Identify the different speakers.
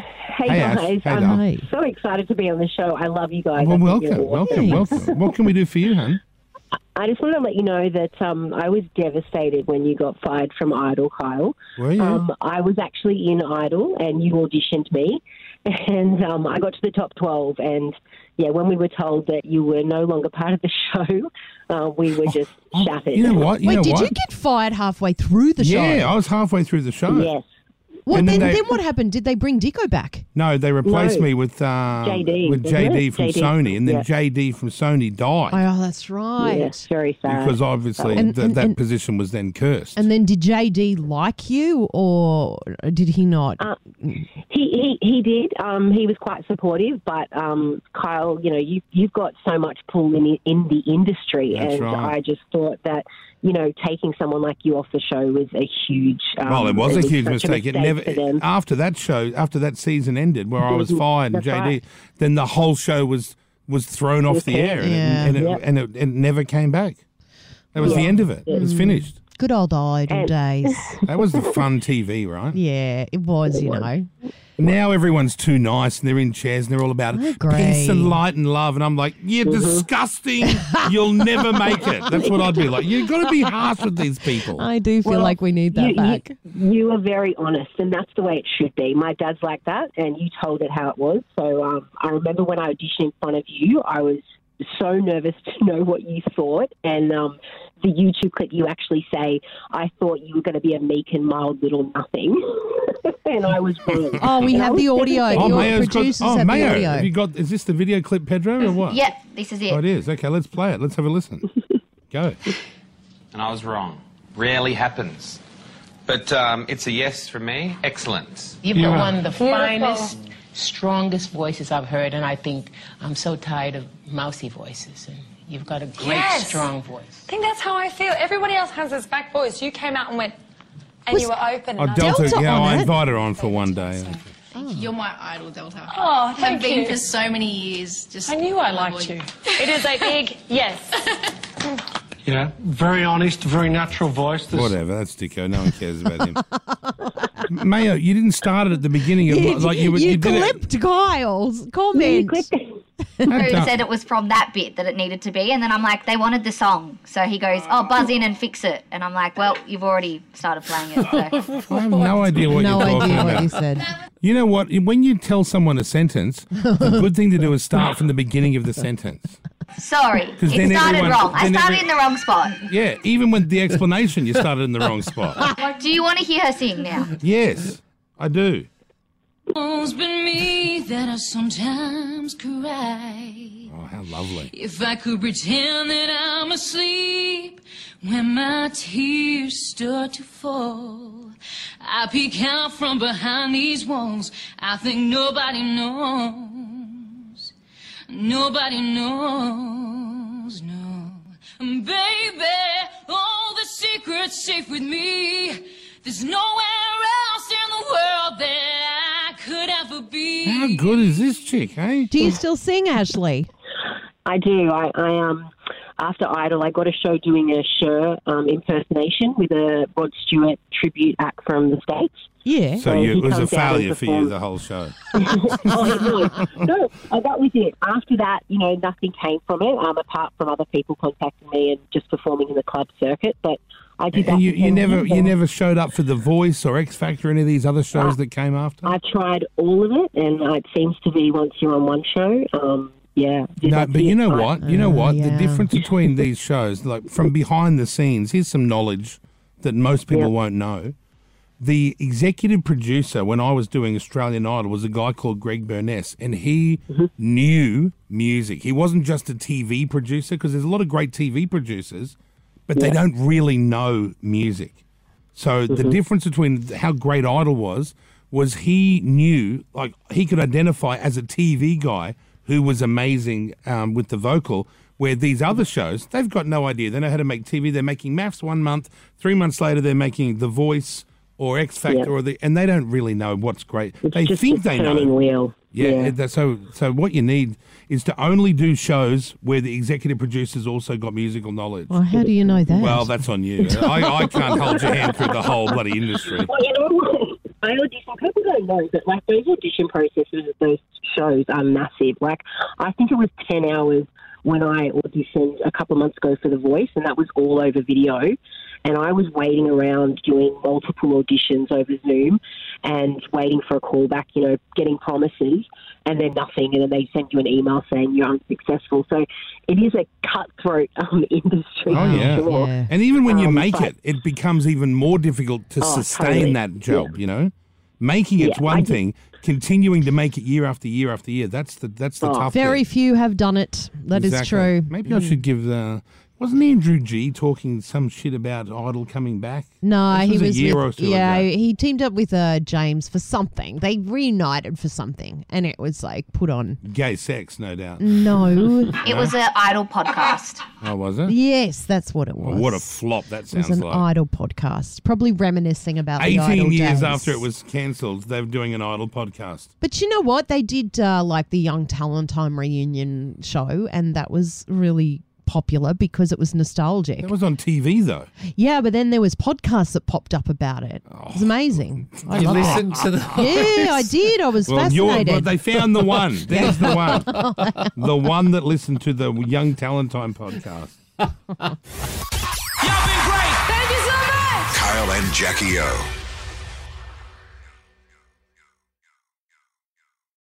Speaker 1: Hey,
Speaker 2: Hey, Ash.
Speaker 1: guys,
Speaker 2: Hey,
Speaker 1: I'm
Speaker 2: Dom.
Speaker 3: Hey.
Speaker 1: so excited to be on the show. I love you guys.
Speaker 2: Well,
Speaker 1: I think you're
Speaker 2: welcome, welcome,
Speaker 3: Thanks.
Speaker 2: welcome. What can we do for you, hon?
Speaker 1: I just want to let you know that um, I was devastated when you got fired from Idol, Kyle.
Speaker 2: Were you?
Speaker 1: Um, I was actually in Idol, and you auditioned me, and um, I got to the top twelve. And yeah, when we were told that you were no longer part of the show, uh, we were just
Speaker 2: Oh,
Speaker 1: shattered.
Speaker 2: you know what? You
Speaker 3: Wait,
Speaker 2: know
Speaker 3: did
Speaker 2: what?
Speaker 3: you get fired halfway through the show?
Speaker 2: yeah, I was halfway through the show.
Speaker 1: Yes,
Speaker 3: What,
Speaker 2: And
Speaker 3: then,
Speaker 2: then
Speaker 3: then
Speaker 2: they-
Speaker 3: what happened? Did they bring Dicko back?
Speaker 2: No, they replaced
Speaker 1: No.
Speaker 2: me with um,
Speaker 1: JD,
Speaker 2: with
Speaker 1: isn't
Speaker 2: JD
Speaker 1: it?
Speaker 2: from
Speaker 1: JD.
Speaker 2: Sony, and then
Speaker 1: Yeah.
Speaker 2: JD from Sony died
Speaker 3: Oh, that's right.
Speaker 1: yes, very sad.
Speaker 2: because obviously
Speaker 3: And-
Speaker 2: th-
Speaker 3: and-
Speaker 2: that
Speaker 3: and-
Speaker 2: position was then cursed.
Speaker 3: And then did JD like you or did he not?
Speaker 1: Uh, He, he he did. Um, he was quite supportive, but um, Kyle, you know, you you've got so much pull in in the industry,
Speaker 2: That's
Speaker 1: and
Speaker 2: right.
Speaker 1: I just thought that you know taking someone like you off the show was a huge. Um,
Speaker 2: well, it was a huge
Speaker 1: such
Speaker 2: mistake. It never
Speaker 1: for them.
Speaker 2: after that show, after that season ended, where I was
Speaker 1: Mhm.
Speaker 2: fired
Speaker 1: That's
Speaker 2: and JD,
Speaker 1: right.
Speaker 2: then the whole show was was thrown off the air, and,
Speaker 3: Yeah.
Speaker 2: it, and, it,
Speaker 1: Yep.
Speaker 2: and it, it never came back. That was the
Speaker 1: Yeah. Mm-hmm.
Speaker 2: end of it. It was finished.
Speaker 3: Good old idle
Speaker 1: And-
Speaker 3: days.
Speaker 2: That was the fun TV, right?
Speaker 3: yeah, it was, you know.
Speaker 2: Now everyone's too nice and they're in chairs and they're all about
Speaker 3: I
Speaker 2: it.
Speaker 3: agree. Mm-hmm.
Speaker 2: peace and light and love. And I'm like, you're disgusting. You'll never make it. That's what I'd be like. You've got to be harsh with these people.
Speaker 3: I do feel
Speaker 1: Well,
Speaker 3: like we need that
Speaker 1: you,
Speaker 3: back.
Speaker 1: You, you are very honest, and that's the way it should be. My dad's like that, and you told it how it was. So um, I remember when I auditioned in front of you, I was so nervous to know what you thought. And um, the YouTube clip, you actually say, I thought you were going to be a meek and mild little nothing. and I was wrong.
Speaker 3: Oh, we
Speaker 1: And I
Speaker 3: have
Speaker 1: was
Speaker 3: the audio.
Speaker 1: devastated.
Speaker 2: oh,
Speaker 3: Your
Speaker 2: Mayo's
Speaker 3: producers
Speaker 2: got, oh,
Speaker 3: have the
Speaker 2: Mayo,
Speaker 3: audio.
Speaker 2: have you got, is this the video clip, Pedro, or what?
Speaker 4: Yep, this is it.
Speaker 2: Oh, it is. Okay, let's play it. Let's have a listen. Go.
Speaker 5: And I was wrong. Rarely happens. But um, it's a yes from me. Excellent.
Speaker 6: You've
Speaker 2: Yeah.
Speaker 6: got one of the finest, strongest voices I've heard, and I think I'm so tired of mousy voices. And you've got a great,
Speaker 7: Yes.
Speaker 6: strong voice.
Speaker 7: I think that's how I feel. Everybody else has this back voice. You came out and went, and you were open.
Speaker 2: Oh,
Speaker 7: And I-
Speaker 2: Delta,
Speaker 3: Delta
Speaker 2: yeah,
Speaker 3: on
Speaker 2: I
Speaker 3: it.
Speaker 2: invited her on for one day.
Speaker 8: You're my idol, Delta.
Speaker 7: Oh,
Speaker 8: I've
Speaker 7: thank
Speaker 8: been
Speaker 7: you.
Speaker 8: for so many years. Just
Speaker 7: I knew I
Speaker 8: love
Speaker 7: liked
Speaker 8: you.
Speaker 7: you. It is a big yes.
Speaker 9: Yeah, very honest, very natural voice. This
Speaker 2: Whatever, that's Dicko. No one cares about him. Mayo, you didn't start it at the beginning. Of, like you, were-
Speaker 3: you
Speaker 2: you did it-
Speaker 3: clipped Kyle's
Speaker 1: You
Speaker 3: comment.
Speaker 1: clicked it.
Speaker 2: That
Speaker 4: Who
Speaker 2: don't-
Speaker 4: said it was from that bit that it needed to be, and then I'm like, they wanted the song, so he goes, oh, buzz in and fix it, and I'm like, well, you've already started playing it. So.
Speaker 2: I have no idea what
Speaker 3: no
Speaker 2: you're talking
Speaker 3: idea
Speaker 2: about.
Speaker 3: what you said.
Speaker 2: You know what? When you tell someone a sentence, the good thing to do is start from the beginning of the sentence.
Speaker 4: Sorry, it
Speaker 2: then
Speaker 4: started
Speaker 2: everyone-
Speaker 4: wrong. I
Speaker 2: then
Speaker 4: started
Speaker 2: every-
Speaker 4: in the wrong spot.
Speaker 2: Yeah, even with the explanation, you started in the wrong spot.
Speaker 4: Do you want to hear her sing now?
Speaker 2: Yes, I do.
Speaker 8: It's been me that I sometimes cry.
Speaker 2: Oh, how lovely.
Speaker 8: If I could pretend that I'm asleep when my tears start to fall, I peek out from behind these walls. I think nobody knows. Nobody knows, no. Baby, all the secrets safe with me. There's nowhere else in the world that I could ever be.
Speaker 2: How good is this chick, eh?
Speaker 3: Do you still sing, Ashley?
Speaker 1: I do. I, I um after Idol, I got a show doing a Cher um, impersonation with a Rod Stewart tribute act from the states.
Speaker 3: Yeah.
Speaker 2: So
Speaker 1: Well,
Speaker 2: you,
Speaker 1: he
Speaker 2: it was a
Speaker 1: comes out
Speaker 2: failure
Speaker 1: as
Speaker 2: for
Speaker 1: the
Speaker 2: you,
Speaker 1: form-
Speaker 2: the whole show.
Speaker 1: oh, it was. No, uh, that was it. After that, you know, nothing came from it, um, apart from other people contacting me and just performing in the club circuit. But I did that.
Speaker 2: And you,
Speaker 1: for
Speaker 2: you
Speaker 1: 10
Speaker 2: never you
Speaker 1: years.
Speaker 2: never showed up for The Voice or X Factor or any of these other
Speaker 1: Uh,
Speaker 2: shows that came after?
Speaker 1: I've tried all of it, and uh, it seems to be once you're on one show, um, yeah.
Speaker 2: No,
Speaker 1: that's
Speaker 2: but you
Speaker 1: it.
Speaker 2: know
Speaker 1: I-
Speaker 2: what? You know
Speaker 3: Uh,
Speaker 2: what?
Speaker 3: yeah.
Speaker 2: The difference between these shows, like from behind the scenes, here's some knowledge that most people
Speaker 1: Yeah.
Speaker 2: won't know. The executive producer, when I was doing Australian Idol, was a guy called Greg Burness, and he knew music. He wasn't just a TV producer, because there's a lot of great TV producers, but they don't really know music. So the
Speaker 1: Mm-hmm.
Speaker 2: difference between how great Idol was was he knew like he could identify as a TV guy who was amazing um, with the vocal. Where these other shows, they've got no idea. They know how to make TV. They're making maths one month, three months later they're making The Voice or X Factor or the, and they don't really know what's great. they
Speaker 1: just
Speaker 2: think
Speaker 1: the
Speaker 2: they know.
Speaker 1: turning wheel.
Speaker 2: Yeah, it- that- so so what you need is to only do shows where the executive producers also got musical knowledge.
Speaker 3: Well, how do you know that?
Speaker 2: Well, that's on you. I, I can't hold your hand through the whole bloody industry.
Speaker 1: Well, you know what? I audition. People don't know that like those audition processes of those shows are massive. Like I think it was ten hours when I auditioned a couple of months ago for The Voice, and that was all over video. And I was waiting around doing multiple auditions over Zoom and waiting for a callback, you know, getting promises and then nothing. And then they send you an email saying you're unsuccessful. So it is a cutthroat um, industry.
Speaker 2: Oh
Speaker 1: for
Speaker 2: yeah.
Speaker 1: sure.
Speaker 3: Yeah.
Speaker 2: And even when you
Speaker 1: Um,
Speaker 2: make
Speaker 1: but-
Speaker 2: it, it becomes even more difficult to
Speaker 1: Oh,
Speaker 2: sustain
Speaker 1: totally.
Speaker 2: that job. You know, making it's
Speaker 1: Yeah,
Speaker 2: one
Speaker 1: I did-
Speaker 2: thing, continuing to make it year after year after year. That's the that's the
Speaker 1: Oh. Mm.
Speaker 2: tough.
Speaker 3: Very
Speaker 2: bit.
Speaker 3: few have done it. That is
Speaker 2: Exactly.
Speaker 3: true.
Speaker 2: Maybe I should give the. Wasn't Andrew G talking some shit about Idol coming back?
Speaker 3: No,
Speaker 2: This
Speaker 3: he
Speaker 2: was
Speaker 3: was,
Speaker 2: a year
Speaker 3: with,
Speaker 2: or two
Speaker 3: yeah.
Speaker 2: ago.
Speaker 3: He teamed up with uh, James for something. They reunited for something, and it was like put on.
Speaker 2: Gay sex, no doubt.
Speaker 3: Mm. No,
Speaker 4: It was an idol podcast.
Speaker 2: Oh, was it?
Speaker 3: yes, that's what it
Speaker 2: Oh,
Speaker 3: was.
Speaker 2: what a flop that
Speaker 3: it was
Speaker 2: sounds
Speaker 3: an
Speaker 2: like.
Speaker 3: idol podcast, probably reminiscing about the idol
Speaker 2: 18 years
Speaker 3: days.
Speaker 2: after it was cancelled, they're doing an Idol podcast.
Speaker 3: But you know what? They did uh, like the Young Talent Time reunion show, and that was really popular because it was nostalgic.
Speaker 2: That was on TV, though.
Speaker 3: yeah, but then there was podcasts that popped up about it. It
Speaker 2: Oh.
Speaker 3: was amazing. I
Speaker 10: You
Speaker 3: loved it.
Speaker 10: listen to the.
Speaker 3: Yeah, I did. I was
Speaker 2: Well, you're,
Speaker 3: fascinated.
Speaker 2: but they found the one. There's the one. The one that listened to the Young Talent Time podcast.
Speaker 8: Thank you so much.
Speaker 11: Kyle and Jackie O.